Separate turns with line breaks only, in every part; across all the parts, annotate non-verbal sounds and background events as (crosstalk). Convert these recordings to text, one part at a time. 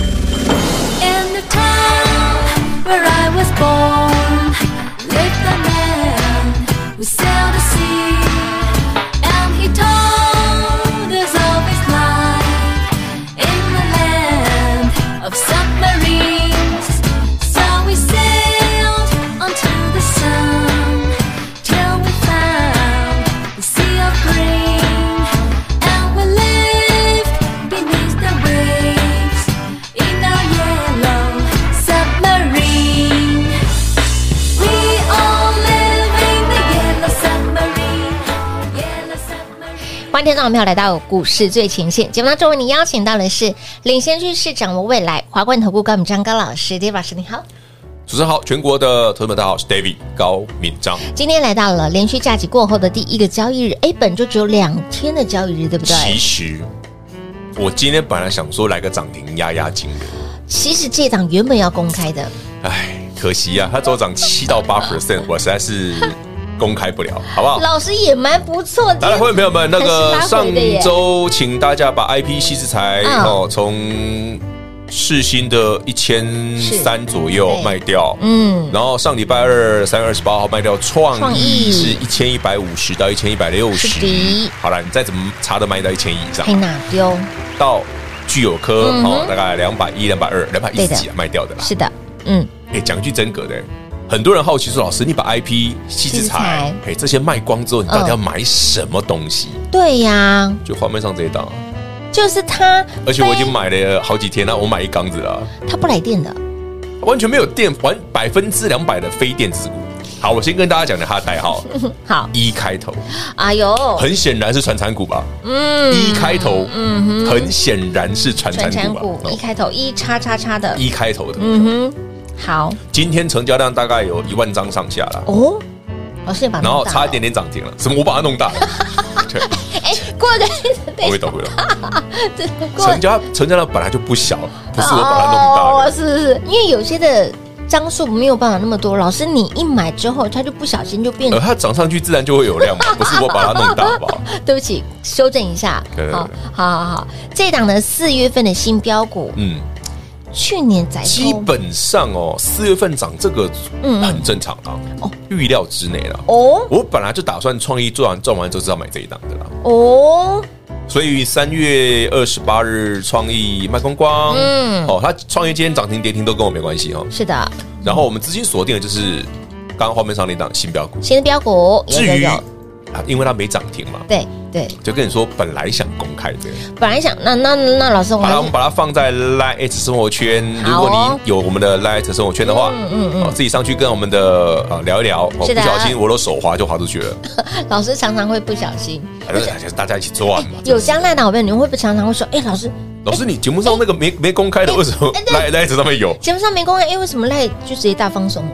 In the town where I was born, lived a man who sailed the sea, and he told us of his life in the land of submarines. So we sailed onto the sun till we found the sea of green, and we lived beneath the waves in our yellow submarine. We all live in the yellow submarine, yellow submarine.
欢迎听众朋友来到股市最前线节目当中，为您邀请到的是领先趋势、掌握未来华冠投顾高敏章高老师，David 老师你好。
主持人好，全国的同学们大家好，我是 David 高敏章。
今天来到了连续假期过后的第一个交易日，哎，本周只有两天的交易日，对不对？
其实我今天本来想说来个涨停压压惊的，
其实这档原本要公开的，
唉，可惜呀、啊，它只有涨七到八 percent，我实在是公开不了，好不好？
老师也蛮不错的。
来来，会员朋友们，那个
还是拉
上
回的耶
周请大家把 IP 西之财
嗯
哦，从世新的一千三左右
对
卖掉，
嗯，
然后上礼拜二三月二十八号卖掉创
创
意
意
是一千一百五十到一千一百六
是
十
的，
好了，你再怎么查都卖到一千以上
可以，拿丢，
到具有科
嗯哼
哦，大概两百一、两百二、两百一
对
十
的
几啊卖掉的啦。
是的，嗯，
哎，讲一句真格的，很多人好奇说，老师你把 IP 细
细
制
致
材
裁
哎这些卖光之后，你到底要买什么东西？
对呀，
就画面上这一档啊，
就是他，
而且我已经
哎
买了好几天了，我买一缸子了，
他不来电的，
完全没有电，完百分之两百的非电子股。好，我先跟大家讲讲它的
(laughs)
代号
好，
一开头，
哎呦，
很显然是传产股吧？
嗯
一开头，
嗯哼，
很显然是传
传
产
产
股
股
吧？
一
哦
开头一叉叉叉的，
一开头的，啊
嗯哼，好
今天成交量大概有一万张上下了。
哦，老师也把它
然后
弄大
差一
了
点，点涨停了，什么？我把它弄大了，
(laughs)
对，
哎，过个
我会
对
懂，我会懂。
对 (laughs) 过
成交成交量本来就不小，不是我把它弄大
哦
了。
是是是，因为有些的张数没有办法那么多，老师你一买之后，它就不小心就变
呃，它涨上去自然就会有量
(laughs)
嘛，不是我把它弄大，好不好？
对不起，修正一下
对。对对
好，好好好，这档呢四月份的新标股， (laughs)
嗯，
去年在
基本上哦，四月份涨这个
哎嗯嗯
很正常啊，预料之内了。
哦
我本来就打算创意做完赚完之后就要买这一档的啦，
哦，
所以三月二十八日创意卖光光，
嗯
哦，它创意今天涨停跌停都跟我没关系哦。
是的，
然后我们资金锁定的就是刚刚画面上那档新标股，
新的标股有
至
有
于
有
啊，因为它没涨停嘛，
对对，
就跟你说本来想公开的，
本来想那那那老师我
好
们
了，
还
我
是
们把它放在 Line H 生活圈。如
哦好哦
果你有我们的 Line H 生活圈的话，
嗯
嗯
嗯
嗯
嗯
自己上去跟我们的呃聊一聊。哦，
是
不
的
小心我都手滑就滑出去
(laughs)
了，
老师常常会不小心，
反正还是大家一起赚嘛。
有将来的好朋友，你们会不会常常会说，哎，老师
老师，你节目上那个没没公开的，为什么
哎
Line Line H 上面有？
节目上没公开，哎，为什么赖就直接大放松了？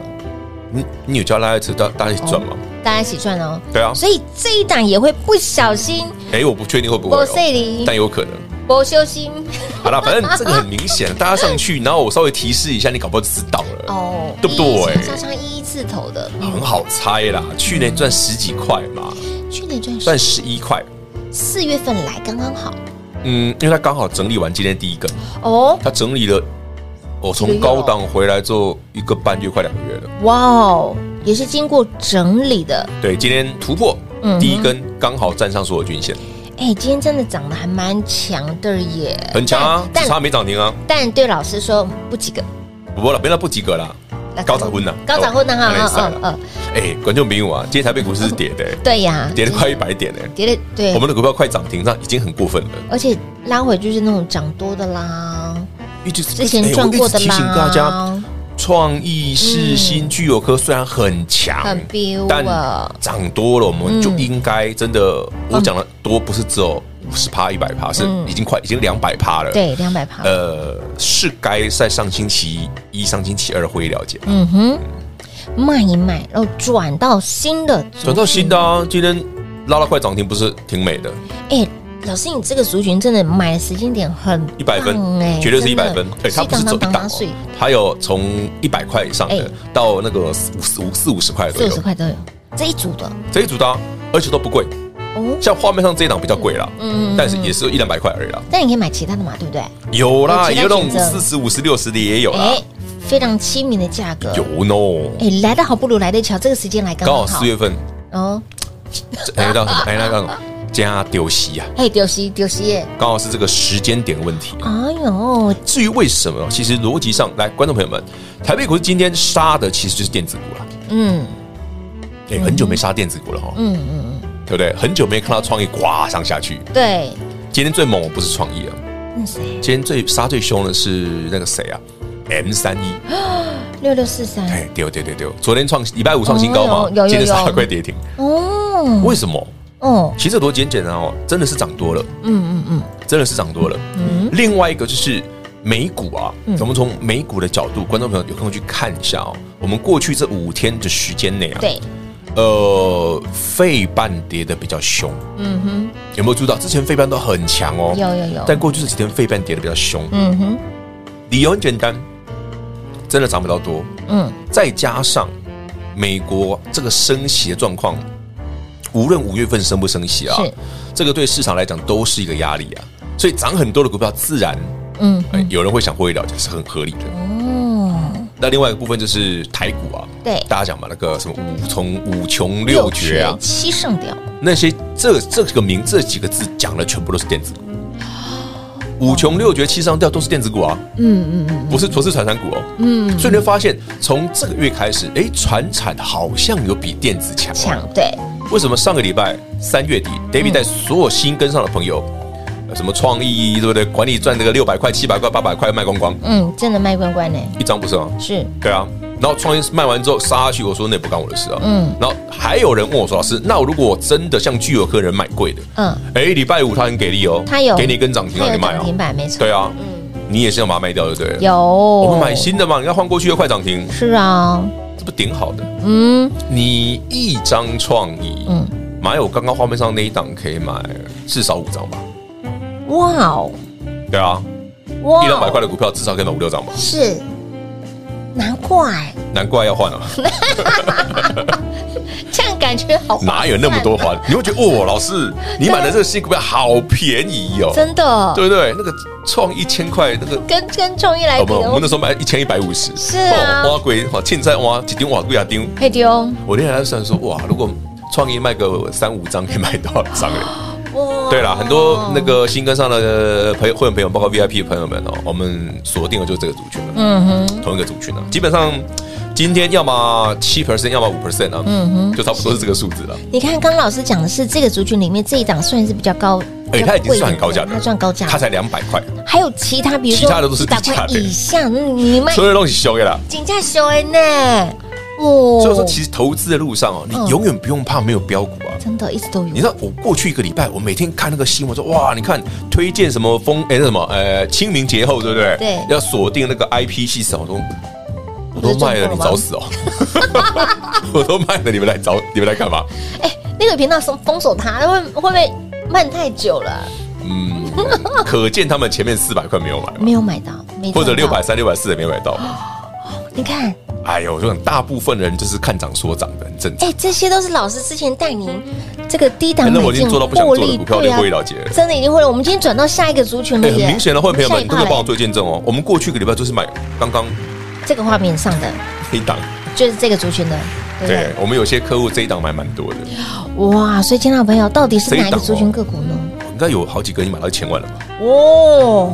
你你有叫 Line H 大大家一起赚吗？
大家一起赚哦。
对啊，
所以这一档也会不小心，
哎，我不确定会不会
我
有，
这里
但有可能。
我修
(laughs)
心
好啦，反正这个很明显，大家
(laughs)
上去，然后我稍微提示一下，你搞不好就知道了，
哦，
对不对
上上一字头的，
很好猜啦。去
嗯
年赚十几块嘛，
去年赚
赚十一块，
四月份来刚刚好
嗯，因为它刚好整理完今天第一个。
哦，
他整理了，我从高档回来做一个半月，快两个月了。
哇哦，也是经过整理的，
对，今天突破
嗯哼
第一根，刚好站上所有均线，
哎，今天真的涨得还蛮强的耶，
很强啊，
但
只差没涨停啊。
但对老师说不及格，
不过了，别那不及格啦，高涨昏呐，
高涨混呢哈，
哦那也
嗯
是啊
嗯嗯，
哎，观众朋友啊，今天台北股市是跌的，
对呀，
跌了快一百点呢。
跌的对
我，们的股票快涨停，那已经很过分了。
而且拉回就是那种涨多的啦，
一直
之前
哎
赚过的
我一直提醒
啦，嗯
大家，呃创意、世新、具有科虽然很强，
很彪
但
啊
涨多了，我们就应该真的，我讲的多不是只有五十趴、一百趴，是已经快已经两百趴了。，
嗯对，两百趴。
呃，是该在上星期一、上星期二会议了解，
嗯哼，卖一卖，然后转到新的族群，
转到新的啊，今天拉到快涨停，不是挺美的？
哎、老师，你这个族群真的买的时间点很
一百分
棒哎，
绝对是一
真的
百分。哎，它不是
当当
走一
当
档
当
哦
碎，
还有从一百块以上
哎
的到那个四五四五十块左
四五
右
十，块都有这一组的
这一组的啊，而且都不贵。
哦。
像画面上这一档比较贵啦，
嗯
但是也是一两百块而已啦。
但你可以买其他的嘛，对不对？
有啦，
有其他
也有那种
选择
四十五十六十的也有啦
哎、，非常亲民的价格。
有 no。
哎、来的好不如来得巧，这个时间来刚
刚
刚
好
好
四。月份，
哦，
哎，那什么？哎，那个什么加丢息啊，
嘿，丢西丢西耶！
刚好是这个时间点问题。
哎呦，
至于为什么，其实逻辑上来，观众朋友们，台北股市今天杀的其实就是电子股啦。
嗯
哎，很久没杀电子股了哈，
嗯嗯，
对不对？很久没看到创意咵上下去。
对，
今天最猛的不是创意啊，
那谁
今天最杀最凶的是那个谁啊？M 三一，
啊六六四三
哎，丢丢丢丢，昨天创礼拜五创新高
哦有
嘛
有，有
今天杀
有
快跌停，
哦
为什么？
哦，
其实逻辑很简单哦，真的是涨多了，
嗯嗯嗯，嗯
真的是涨多了。另外一个就是美股啊，我们从美股的角度，观众朋友有空去看一下哦。我们过去这五天的时间内啊，
对，
呃，费半跌的比较凶，
嗯哼，
有没有注意到？之前费半都很强哦，
有有有，
但过去这几天费半跌的比较凶，
嗯哼，
理由很简单，真的涨不到多，
嗯，
再加上美国这个升息的状况，无论五月份升不升息啊
是，
这个对市场来讲都是一个压力啊。所以涨很多的股票，自然、
嗯
呃有人会想获利了结是很合理的。
哦，
那另外一个部分就是台股啊，
对
大家讲嘛，那个什么五从五穷六绝啊，
七上吊，
那些这这个名这几个字讲的全部都是电子股。五穷六绝七上吊都是电子股啊，
嗯嗯嗯，
不是不是传产股哦，嗯，所以你会发现从这个月开始，哎，传产好像有比电子强、啊
抢对，
为什么上个礼拜三月底，David 带所有新跟上的朋友，呃什么创意对不对？管理赚这个六百块、七百块、八百块卖光光，
嗯，真的卖关关呢，
一张不剩啊。
是，
对啊，然后创意卖完之后杀下去，我说那也不干我的事啊。
嗯
嗯，然后还有人问我说，老师，那我如果我真的像具有客人买贵的，
嗯，
哎，礼拜五他很给力哦，
他有
给你一根涨停
它
让
有
你卖
涨
啊，
停板没错，
对啊，你也是要把它卖掉，对不对？
有，
我
我
们买新的嘛，你看换过去又快涨停，
是啊，
这不顶好的。
嗯，
你一张创意，
嗯
嗯，买我刚刚画面上那一档可以买至少五张吧？
哇哦，
对啊，
哇哦
一两百块的股票至少可以买五六张吧？
是，难怪，
难怪要
(laughs)
换啊，
这样感觉好划算，
哪有那么多换？
啊
你会觉得哦，老师，你买的这个新股票好便宜哦，
真的，
对不对？那个创一千块，那个
跟跟创意来
我
比
们我
哦，
们那时候买一千一百五十，
是啊
哦挖龟哇，现在挖几丁挖龟啊丁，
配丢，
我那天还在算说，哇，如果创意卖个三五张，可以买多少张嘞？
哦哇
对啦，很多那，个新跟上的朋友、会员朋友，包括 VIP 的朋友们哦，我们锁定的就是这个族群了，
嗯哼，
同一个族群了。基本上今天要么七 percent，要么五 percent 啊，嗯哼，就差不多是这个数字了。
你看刚老师讲的是这个族群里面这一档算是比较高，
哎，它已经
比较贵
算
一点
很高价的，
它算高价，
它才两百块，
还有其他，比如说
其他的都是低
打
价的
块以下，嗯你卖
所有东西修了啦。
金价小哎呢，哦，
所以说，其实投资的路上哦，你
嗯
永远不用怕没有标股啊。
真的一直都
你知
有，
道我过去一个礼拜，我每天看那个新闻说，哇，你看推荐什么风，哎、那什么，呃，清明节后，对不对？
对
要锁定那个 IP 系统，我都我
不是
都卖了，
中
你
国吗 (laughs)
找死哦！我都卖了，你们来找，你们来干嘛？
哎，那个频道封封锁它，会会不会慢太久了？ (laughs)
嗯，可见他们前面四百块没有买嘛，
没有买到，没
或者
赚
六
到
百，三、六百四也没有买到嘛。
你看，
哎呦，我就很大部分人就是看涨说涨的，很正常。
哎，这些都是老师之前带您这个低档
哎
买
那
进
我已经做到不想做的股票，
对
连
啊
获利了结了。
真的已经会了。我们今天转到下一个族群了
哎，很
耶，
明显的，会员朋友们，
下一
你
趴
真的帮我
嘞
做见证哦。我们过去一个礼拜就是买刚刚
这个画面上的
那一档，
就是这个族群的，对不
对
对？
我们有些客户这一档买蛮多的。
哇，所以，亲爱的朋友，到底是
这一
哪一个
档
族群
哦
个股呢？
应该有好几个你买到一千万了吧？
哦，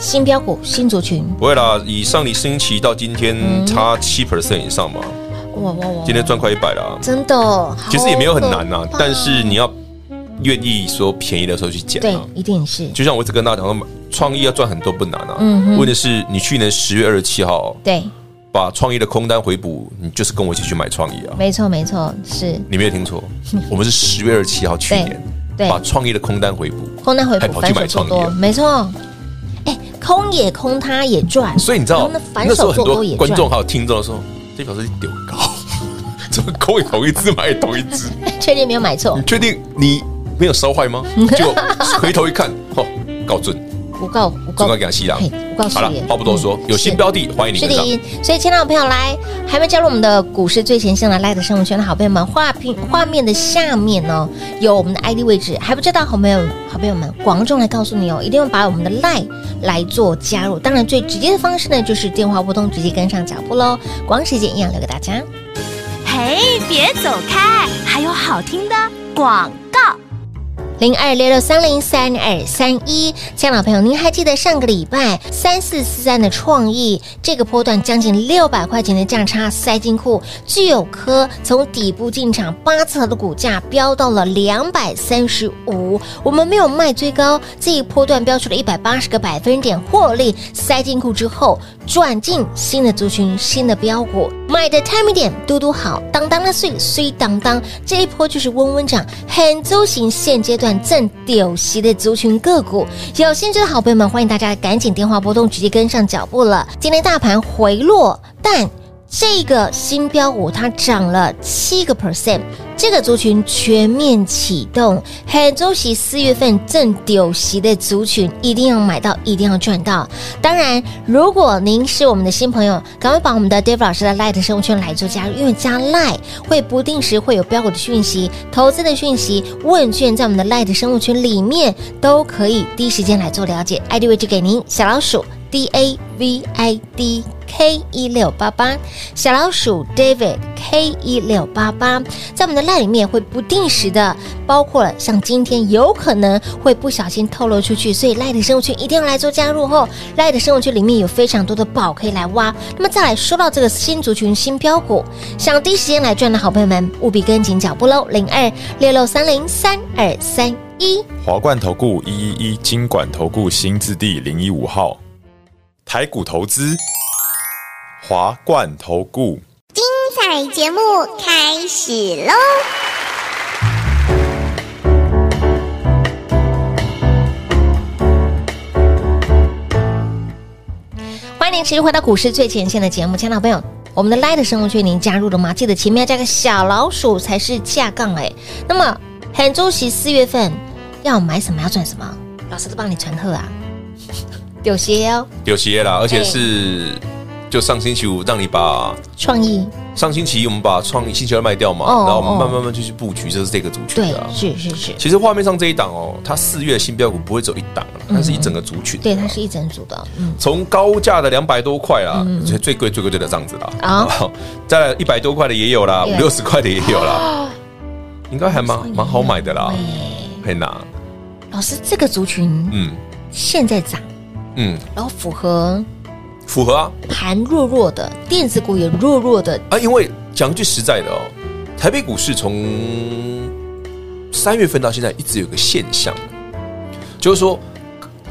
新标股、新族群，
不会啦，以上你星期到今
嗯
天差七 percent 以上嘛，
哇哇哇！
今天赚快一百啦。
真的哦，
其实也没有很难呐、啊
好可怕
但是你要愿意说便宜的时候去捡
对
啊。，
一定是
就像我一直跟大家讲说，创意要赚很多不难啊。
嗯哼
问题是你去年十月二十七号
对，
把创意的空单回补，你就是跟我一起去买创意啊。
没错没错，是
你没有听错，我们是十月二十七号去
对
年
对
把创意的空单回补，
空单回
还
补，
跑去
反
买
手做
创意
多，
了
没错。哎，空也空，他也赚，
所以你知道
然后呢反
那时候
手
很
做
多
多也赚
观。众还有听众说，这表示你丢高， (laughs) 怎么空也同一只，买也同一只？
(laughs) (laughs) 确定没有买错
你，确定你没有烧
(laughs)
坏吗？结果回头一看，哦，告准，
我告我
准
告
告给他吸了
嘿我告。诉
好了
你，
话不多说，
嗯
有新
是
标的欢迎你
是
跟上。
的，所以亲爱的朋友来，还没加入我们的股市最前线的 Light 生活圈的好朋友们，画屏画面的下面呢有我们的 ID 位置，还不知道好朋友好朋友们，广众来告诉你哦，一定要把我们的 Light 来做加入。当然最直接的方式呢，就是电话拨通，直接跟上脚步喽。广告时间一样留给大家。
嘿，别走开，还有好听的广告。
零二六六三零三二三一，亲爱的朋友，您还记得上个礼拜三四四三的创意这个波段将近六百块钱的价差塞进库，具有科从底部进场，八次的股价飙到了两百三十五，我们没有卖最高，这一波段标出了一百八十个百分点获利，塞进库之后转进新的族群、新的标股，买的 timing 点嘟嘟好，当当的碎碎当当，这一波就是温温涨，很周行现阶段正屌席的族群个股。有兴趣的好朋友们，欢迎大家赶紧电话拨通，直接跟上脚步了。今天大盘回落，但这个新标股它涨了七个 percent，这个族群全面启动，很周期四月份正丢席的族群一定要买到，一定要赚到。当然，如果您是我们的新朋友，赶快把我们的 Dave 老师的 Light 生活圈来做加入，因为加 Light 会不定时会有标股的讯息、投资的讯息、问卷，在我们的 Light 生活圈里面都可以第一时间来做了解。ID 位置给您，小老鼠 D A V I D K 一六八八，小老鼠 David K 一六八八，在我们的 LINE 里面会不定时的，包括了像今天有可能会不小心透露出去，所以 LINE 的生物圈一定要来做加入后，LINE 的生物圈里面有非常多的宝可以来挖。那么再来说到这个新族群新标股，想第一时间来赚的好朋友们，务必跟紧脚步喽，零二六六三零三二三一。
华冠投顾一一一金管投顾新字第零一五号，台股投资，华冠投顾。
彩节目开始喽！
欢迎您持续回到股市最前线的节目，亲爱的朋友。我们的 Light 生活圈您加入了吗？记得前面要加个小老鼠才是架杠哎。那么很周期四月份要买什么要赚什么，老师都帮你传贺啊，有些哦，
有些啦，而且是就上星期五让你把
创意
上星期我们把创意星期二卖掉嘛，
哦
然后我们
哦
慢慢慢就去布局，这是这个族群
对
的啊，。
是是是，
其实画面上这一档哦，它四月的新标股不会只有一档啊，它是一整个族群。
对，它是一整组的，嗯，
从高价的两百多块啦，最最贵最贵就这样子啦。
啊
嗯啊， (laughs) 再一百多块的也有啦，
对
五六十块的也有啦， (gasps) 应该还蛮蛮好啊买的啦
哎。
很难，
老师这个族群
嗯
现在涨，
嗯，
然后符合
符合啊
盘弱弱的，电子股也弱弱的，
啊，因为讲句实在的哦，台北股市从三月份到现在一直有个现象，就是说。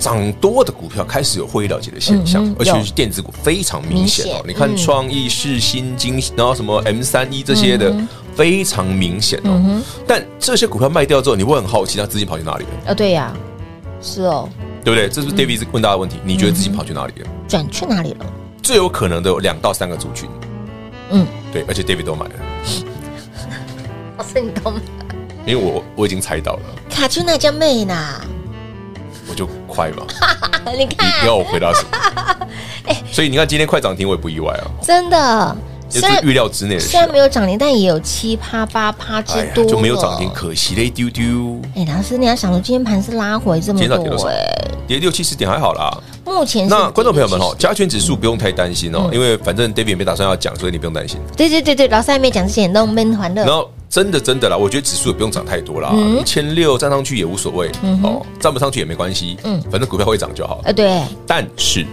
涨多的股票开始有获利了结的现象，
嗯嗯
而且
有
是电子股非常明显
明
哦。
显
你看
嗯
创意、世新、金，然后什么 M 三 E 一这些
嗯
的，非常明显哦。但这些股票卖掉之后，你会很好奇，那资金跑去哪里了，
啊，对呀、是哦，
对不对？这是不是 David 问大家的问题，你觉得资金跑去哪里了？
转去哪里了？
最有可能的有两到三个族群，
嗯，
对，而且 David 都买了，
老师你懂吗？
因为我我已经猜到了，
卡丘娜家妹呢？
我就快嘛，
(laughs) 你
你
看，
要我回答什么？
(laughs)
所以你看今天快涨停，我也不意外啊，
真的，
这
虽然
是预料之内的事
虽
啊
然。没有涨停，但也有七趴八趴之
哎呀
多、
就没有涨停，。可惜了一丢丢，
哎，老师，你要想说今天盘是拉回这么
今天到底多
多
少
哎、
跌六七十点还好啦。
目前是
那观众朋友们哦，
70
加权指数不用太担心
嗯
哦，因为反正 David 也没打算要讲，所以你不用担心。
对对对对，老师还没讲之前弄闷还
然
乐，
后真的真的啦，我觉得指数也不用涨太多啦，
嗯
一千六站上去也无所谓哦，站不上去也没关系，
嗯
反正股票会涨就好。
呃对，
但是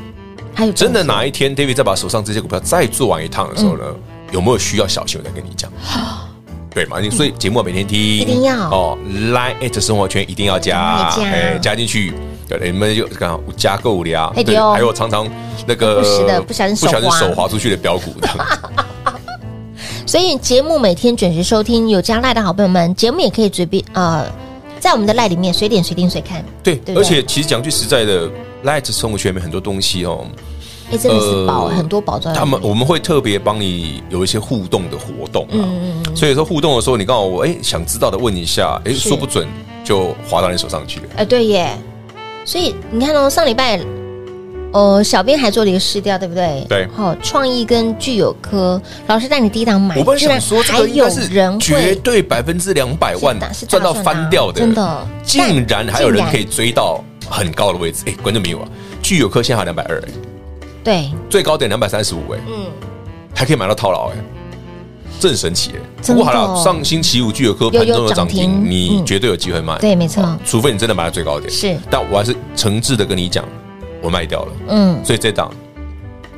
还有
真的哪一天 David 再把手上这些股票再做完一趟的时候呢，
嗯
有没有需要小心？我再跟你
(gasps)
讲。对嘛？你所以节目每天听，一
定要
哦。Line at 生活圈一定要加，
一定要加
加进去。对，你们就刚好有加购俩，
哎对
对，
哦
还有常常那个
不时地不小心手
不小心
滑
手滑出去
(laughs)
的标股这样
所以节目每天准时收听，有加赖的好朋友们，节目也可以随便呃，在我们的赖里面随点随听随看，
对
对，不对
而且其实讲句实在的，Light 生活圈里面很多东西哦，
哎，真的是宝，
呃
很多宝藏。
他们我们会特别帮你有一些互动的活动啊
嗯，
所以说互动的时候，你刚好我哎想知道的问一下，哎
是
说不准就滑到你手上去了。
哎，对耶，所以你看哦，上礼拜，呃，小编还做了一个试调，对不对？
对
好、创意跟具有科老师带你第一档买，
我本来
居然
想说这
哎还
个应
有
该是
人
绝
会
对百分之两百万
是的
赚到
是大赚啊
翻掉的，
真的
竟然还有
竟
人
然
可以追到很高的位置。哎，观众朋友啊，聚友科现在还两百二，哎
对，
最高点两百三十五，哎，
嗯，
还可以买到套牢，哎，这很神奇哎。
真的
不过好了，
哦
上星期五聚友科
有
盘中有涨
有涨
停，
停
你
嗯
绝对有机会买，
对，没错，
除非你真的买到最高点。
是，
但我还是诚挚的跟你讲，我卖掉了，
嗯，
所以这档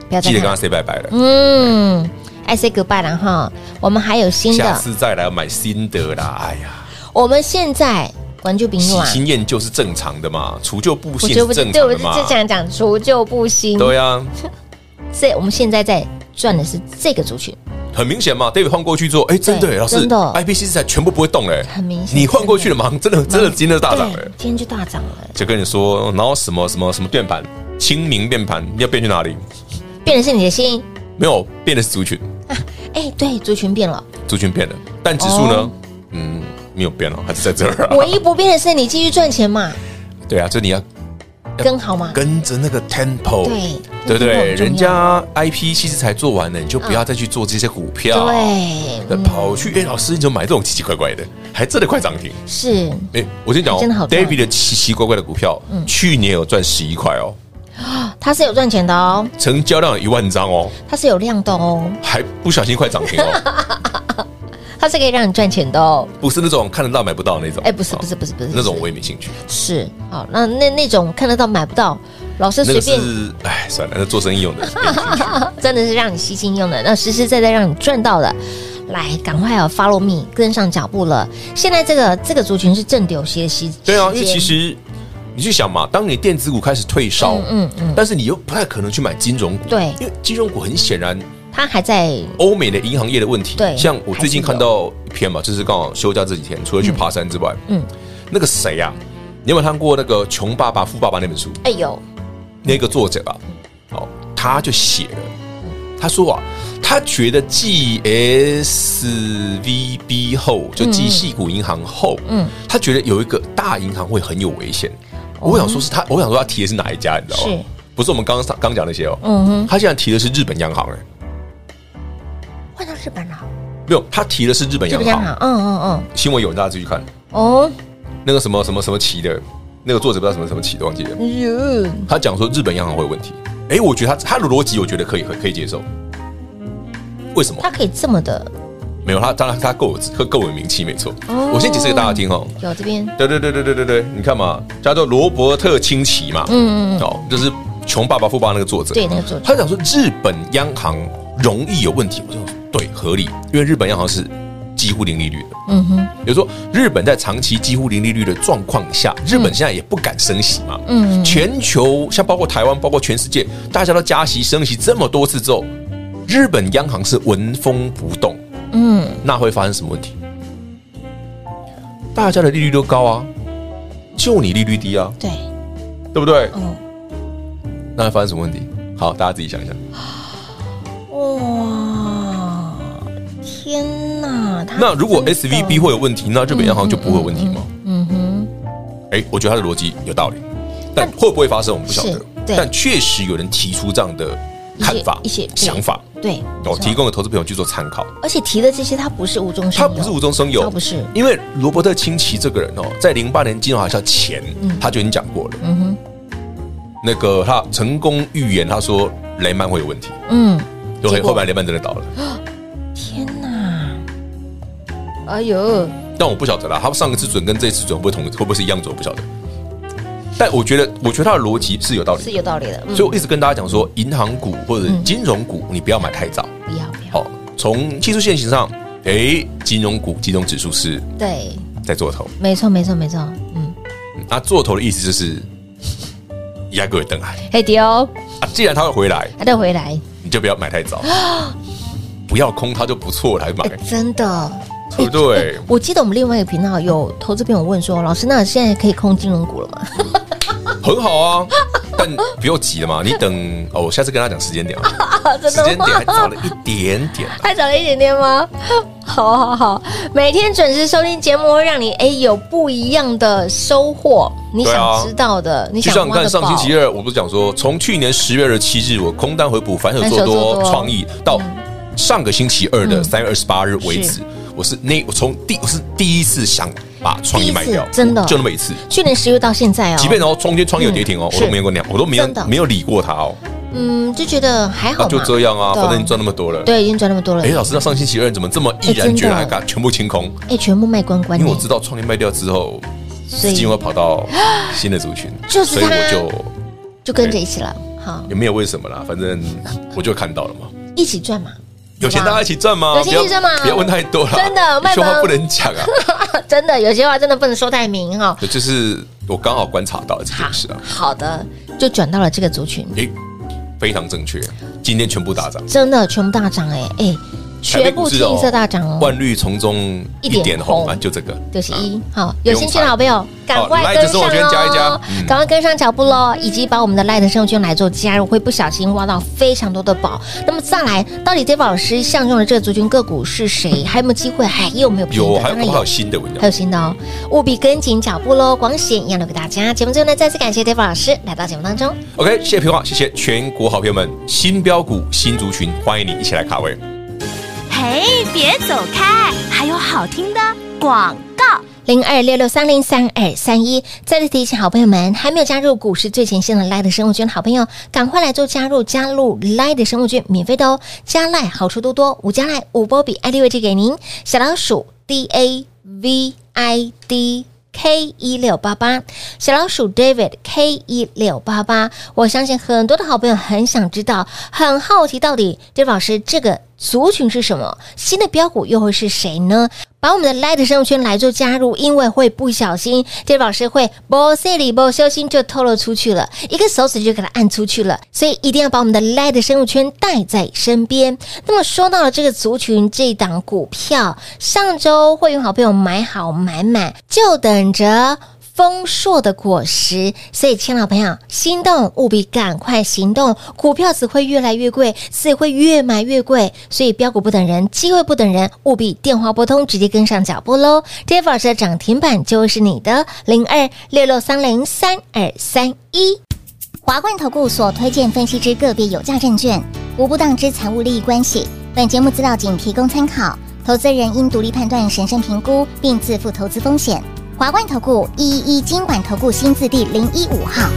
不要再
记得跟
看
他 say 拜拜了。
嗯，I say goodbye 了哈，我们还有新
下
的，
次再来买新的啦！哎呀，
我们现在玩就比
喜
暖，
新厌旧是正常的嘛，除旧布新
就是
正
对，我
常的
就
嘛。
就想讲除旧布新，
对啊，
所以我们现在在赚的是这个族群，
很明显嘛，David 换过去之后，哎，真的
对
耶，老师
真的
，IPC 是在全部不会动哎，
很明显
你换过去了嘛，真的真的今天大涨哎
对，，今天就大涨了，
就跟你说，然后什么什么什么变盘，清明变盘要变去哪里？
变的是你的心。
没有变的是族群，
哎，对，族群变了，
族群变了，但指数
哦
呢？嗯，没有变哦，还是在这儿 (laughs) 啊。
唯一不变的是你继续赚钱嘛，
对啊，就你要
更好嘛。
跟着那个 tempo，
对那个
对不
tempo 很
对？
重要
人家 IP 其实才做完了，你就不要再去做这些股票。
对，嗯
那跑去，哎，老师，你怎么买这种奇奇怪怪的，还真的快涨停？
是
哎，我先讲哦
真的好赚嗯
，David 的奇奇怪怪的股票，去年有赚十一块哦，
它是有赚钱的哦，
成交量有一万张哦，
它是有量的哦，
还不小心快涨停
(laughs)
哦，
它是可以让你赚钱的哦。
不是那种看得到买不到那种。
哎，不是
哦
不是不是不是，
那种
不
我
是
也没兴趣，
是好，那那那种看得到买不到，老师
那
随
个
便
是哎算了，那做生意用的。没有兴趣
真的是让你吸睛用的，那实实在在让你赚到的。来，赶快啊，follow me，跟上脚步了。现在这个这个族群是正流行的时
对啊，
时
因为
间
其实你去想嘛，当你电子股开始退烧，
嗯嗯，
但是你又不太可能去买金融股，
对
因为金融股很显然
它还在
欧美的银行业的问题，
对
像我最近
还是有
看到一篇嘛，就是刚好休假这几天，除了去爬山之外，
嗯
嗯，那个谁呀、你有没有看过那个《穷爸爸富爸爸》那本书？
哎呦，
那个作者啊，哦，他就写了，他说啊，他觉得 GSVB 后，就继系股银行后，
嗯
嗯，他觉得有一个大银行会很有危险。我想说是他，我想说他提的是哪一家，你知道吗
哦是？
不是我们刚刚刚讲那些哦，
嗯哼，
他现在提的是日本央行，哎，
换到日本了，
没有，他提的是日本
日
央
本央
行
行，。嗯嗯嗯，
新闻有，大家自己去看
哦，
那个什么什么什么旗的，那个作者不知道什么什么旗的，忘记了。
哟，
他讲说日本央行会有问题，哎，我觉得他他的逻辑，我觉得可以可以可以接受。为什么？
它可以这么的，
没有他，当然他够有够够有名气，没错。
哦
我先解释给大家听哦。
有这边，
对对对对对对对，你看嘛，叫做罗伯特清崎嘛，
嗯嗯嗯，
哦，就是《穷爸爸富爸爸》那个作者。
对，那个作者，
他讲说日本央行容易有问题，我就说对合理，因为日本央行是几乎零利率的。
嗯哼，
比如说，日本在长期几乎零利率的状况下，日本现在也不敢升息嘛。
嗯
全球像包括台湾，包括全世界，大家都加息升息这么多次之后，日本央行是纹风不动，
嗯，
那会发生什么问题？大家的利率都高啊，就你利率低啊，
对，
对不对？
嗯，啊
那会发生什么问题？好，大家自己想一想。
哇，天哪，它
那如果
真的
SVB 会有问题，那日本央行就不会有问题吗？
嗯哼，
哎，我觉得他的逻辑有道理，但会不会发生我们不晓
是
得。
对
但确实有人提出这样的看法、
一些一些对啊
想法，
对，
我
没错
提，供给投资朋友去做参考。
而且提的这些它不是无中生
他
有，
不是无中生有，
他不是，
因为罗伯特清崎这个人哦，在零八年金融海啸前，他就已经讲过了。
嗯哼，
那个他成功预言，他说雷曼会有问题，
嗯，
对，
结果
后来雷曼真的倒了。
天哪，哎呦，
但我不晓得啦，他上一次准跟这次准会不会同，会不会是一样准，我不晓得。但我觉得，我觉得他的逻辑是有道理
是
的，
有道理的，嗯
所以我一直跟大家讲说，银行股或者金融股，你不要买太早。
不要不要，
好，从技术线型上，诶，金融股、金融指数是
对，
在做头。
没错没错没错，嗯，
那做头的意思就是压个等来
嘿丢，
啊！既然它会回来，
他再回来，
你就不要买太
(gasps)
早，不要空它就不错来买，
哎真的。
对不对？
我记得我们另外一个频道有投资朋友问说，老师，那现在可以空金融股了吗？
很好啊，但不要急了嘛，你等哦，我下次跟他讲时间点
(laughs)
啊，时间点还早了一点点啊。
还早了一点点吗？ (laughs) 好好好，每天准时收听节目，会让你哎有不一样的收获，你
对啊
想知道的，你
就像
想
你
挖
看
的
上
宝
星。期二，我不是讲说，从去年十月二十七日我空单回补，反手做
反手做
多
多嗯
创意，到上个星期二的三月二十八日为
是
止，我是那我从第我是第一次想把创意卖
第一次
掉，
真的
就那么一次。
去年十月到现在哦，
即便哦，中间创意有跌停哦，
嗯
我都没有过那样，我都没有
真的
没有理过它哦，
嗯，就觉得还好
那
嘛，
就这样啊，
对
反正你赚那么多了。
对，已经赚那么多了，
哎，老师，那上星期二怎么这么毅
哎真
然
的
决然敢全部清空？
哎，全部卖光光，
因为我知道创业卖掉之后，
所以
资金会跑到新的族群，
(gasps) 就是
所以
它
我就
就跟着一起了，好，
也没有为什么啦，反正我就看到了嘛。
一起赚嘛， (laughs)
有钱大家一起赚吗？
有钱一起赚吗
不要不要问太多了，
真的卖
说
吗
话不能
(laughs)
讲啊。
真的有些话真的不能说太明哈。
对就是我刚好观察到了这
好
件事啊，，
好的，就转到了这个族群，
诶，非常正确，今天全部大涨，
真的全部大涨哎哎，全部清一色大涨哦，
万绿丛中
一
一
点
点红
红嗯
啊，就这个
就是
啊
一好，
不
有
用
兴趣的
猜
好朋友赶
哦
快
，Line
跟
的生活圈
上
加一加
哦
嗯
赶快跟上脚步喽，以及把我们的赖的生活圈来做加入，会不小心挖到非常多的宝。那么再来，到底 d a 老师相中的这个族群个股是谁？还有没有机会？还有没有便宜
有
的？
还有
当然
还有
有。
新的文
还
章
有，新的哦，务必跟紧脚步喽！光险一样留给大家。节目最后呢，再次感谢 d a 老师来到节目当中。
OK，谢谢平话，谢谢全国好朋友们，新标股新族群，欢迎你一起来卡位。
嘿，别走开，还有好听的广告。
零二六六三零三二三一。再次提醒好朋友们，还没有加入股市最前线的 Light 生物圈的好朋友，赶快来做加入，加入 Light 生物圈，免费的哦！加赖好处多多，五加赖五波比爱利位置给您，小老鼠 D A V I D。K 一六八八小老鼠 David K 一六八八，我相信很多的好朋友很想知道，很好奇到底 David 老师这个族群是什么，新的标股又会是谁呢？把我们的 Light 生物圈来做加入，因为会不小心，David 老师会不塞里不小心就透露出去了，一个手指就给它按出去了，所以一定要把我们的 Light 生物圈带在身边。那么说到了这个族群这档股票，上周会员好朋友买好买满，就等着。丰硕的果实，所以，亲爱的朋友，心动务必赶快行动。股票只会越来越贵，只会越买越贵，所以标股不等人，机会不等人，务必电话拨通，直接跟上脚步喽。跌老师的涨停板就是你的零二六六三零三二三一。
华冠投顾所推荐分析之个别有价证券，无不当之财务利益关系。本节目资料仅提供参考，投资人应独立判断、审慎评估，并自负投资风险。华冠投顾一一一金管投顾新字第零一五号。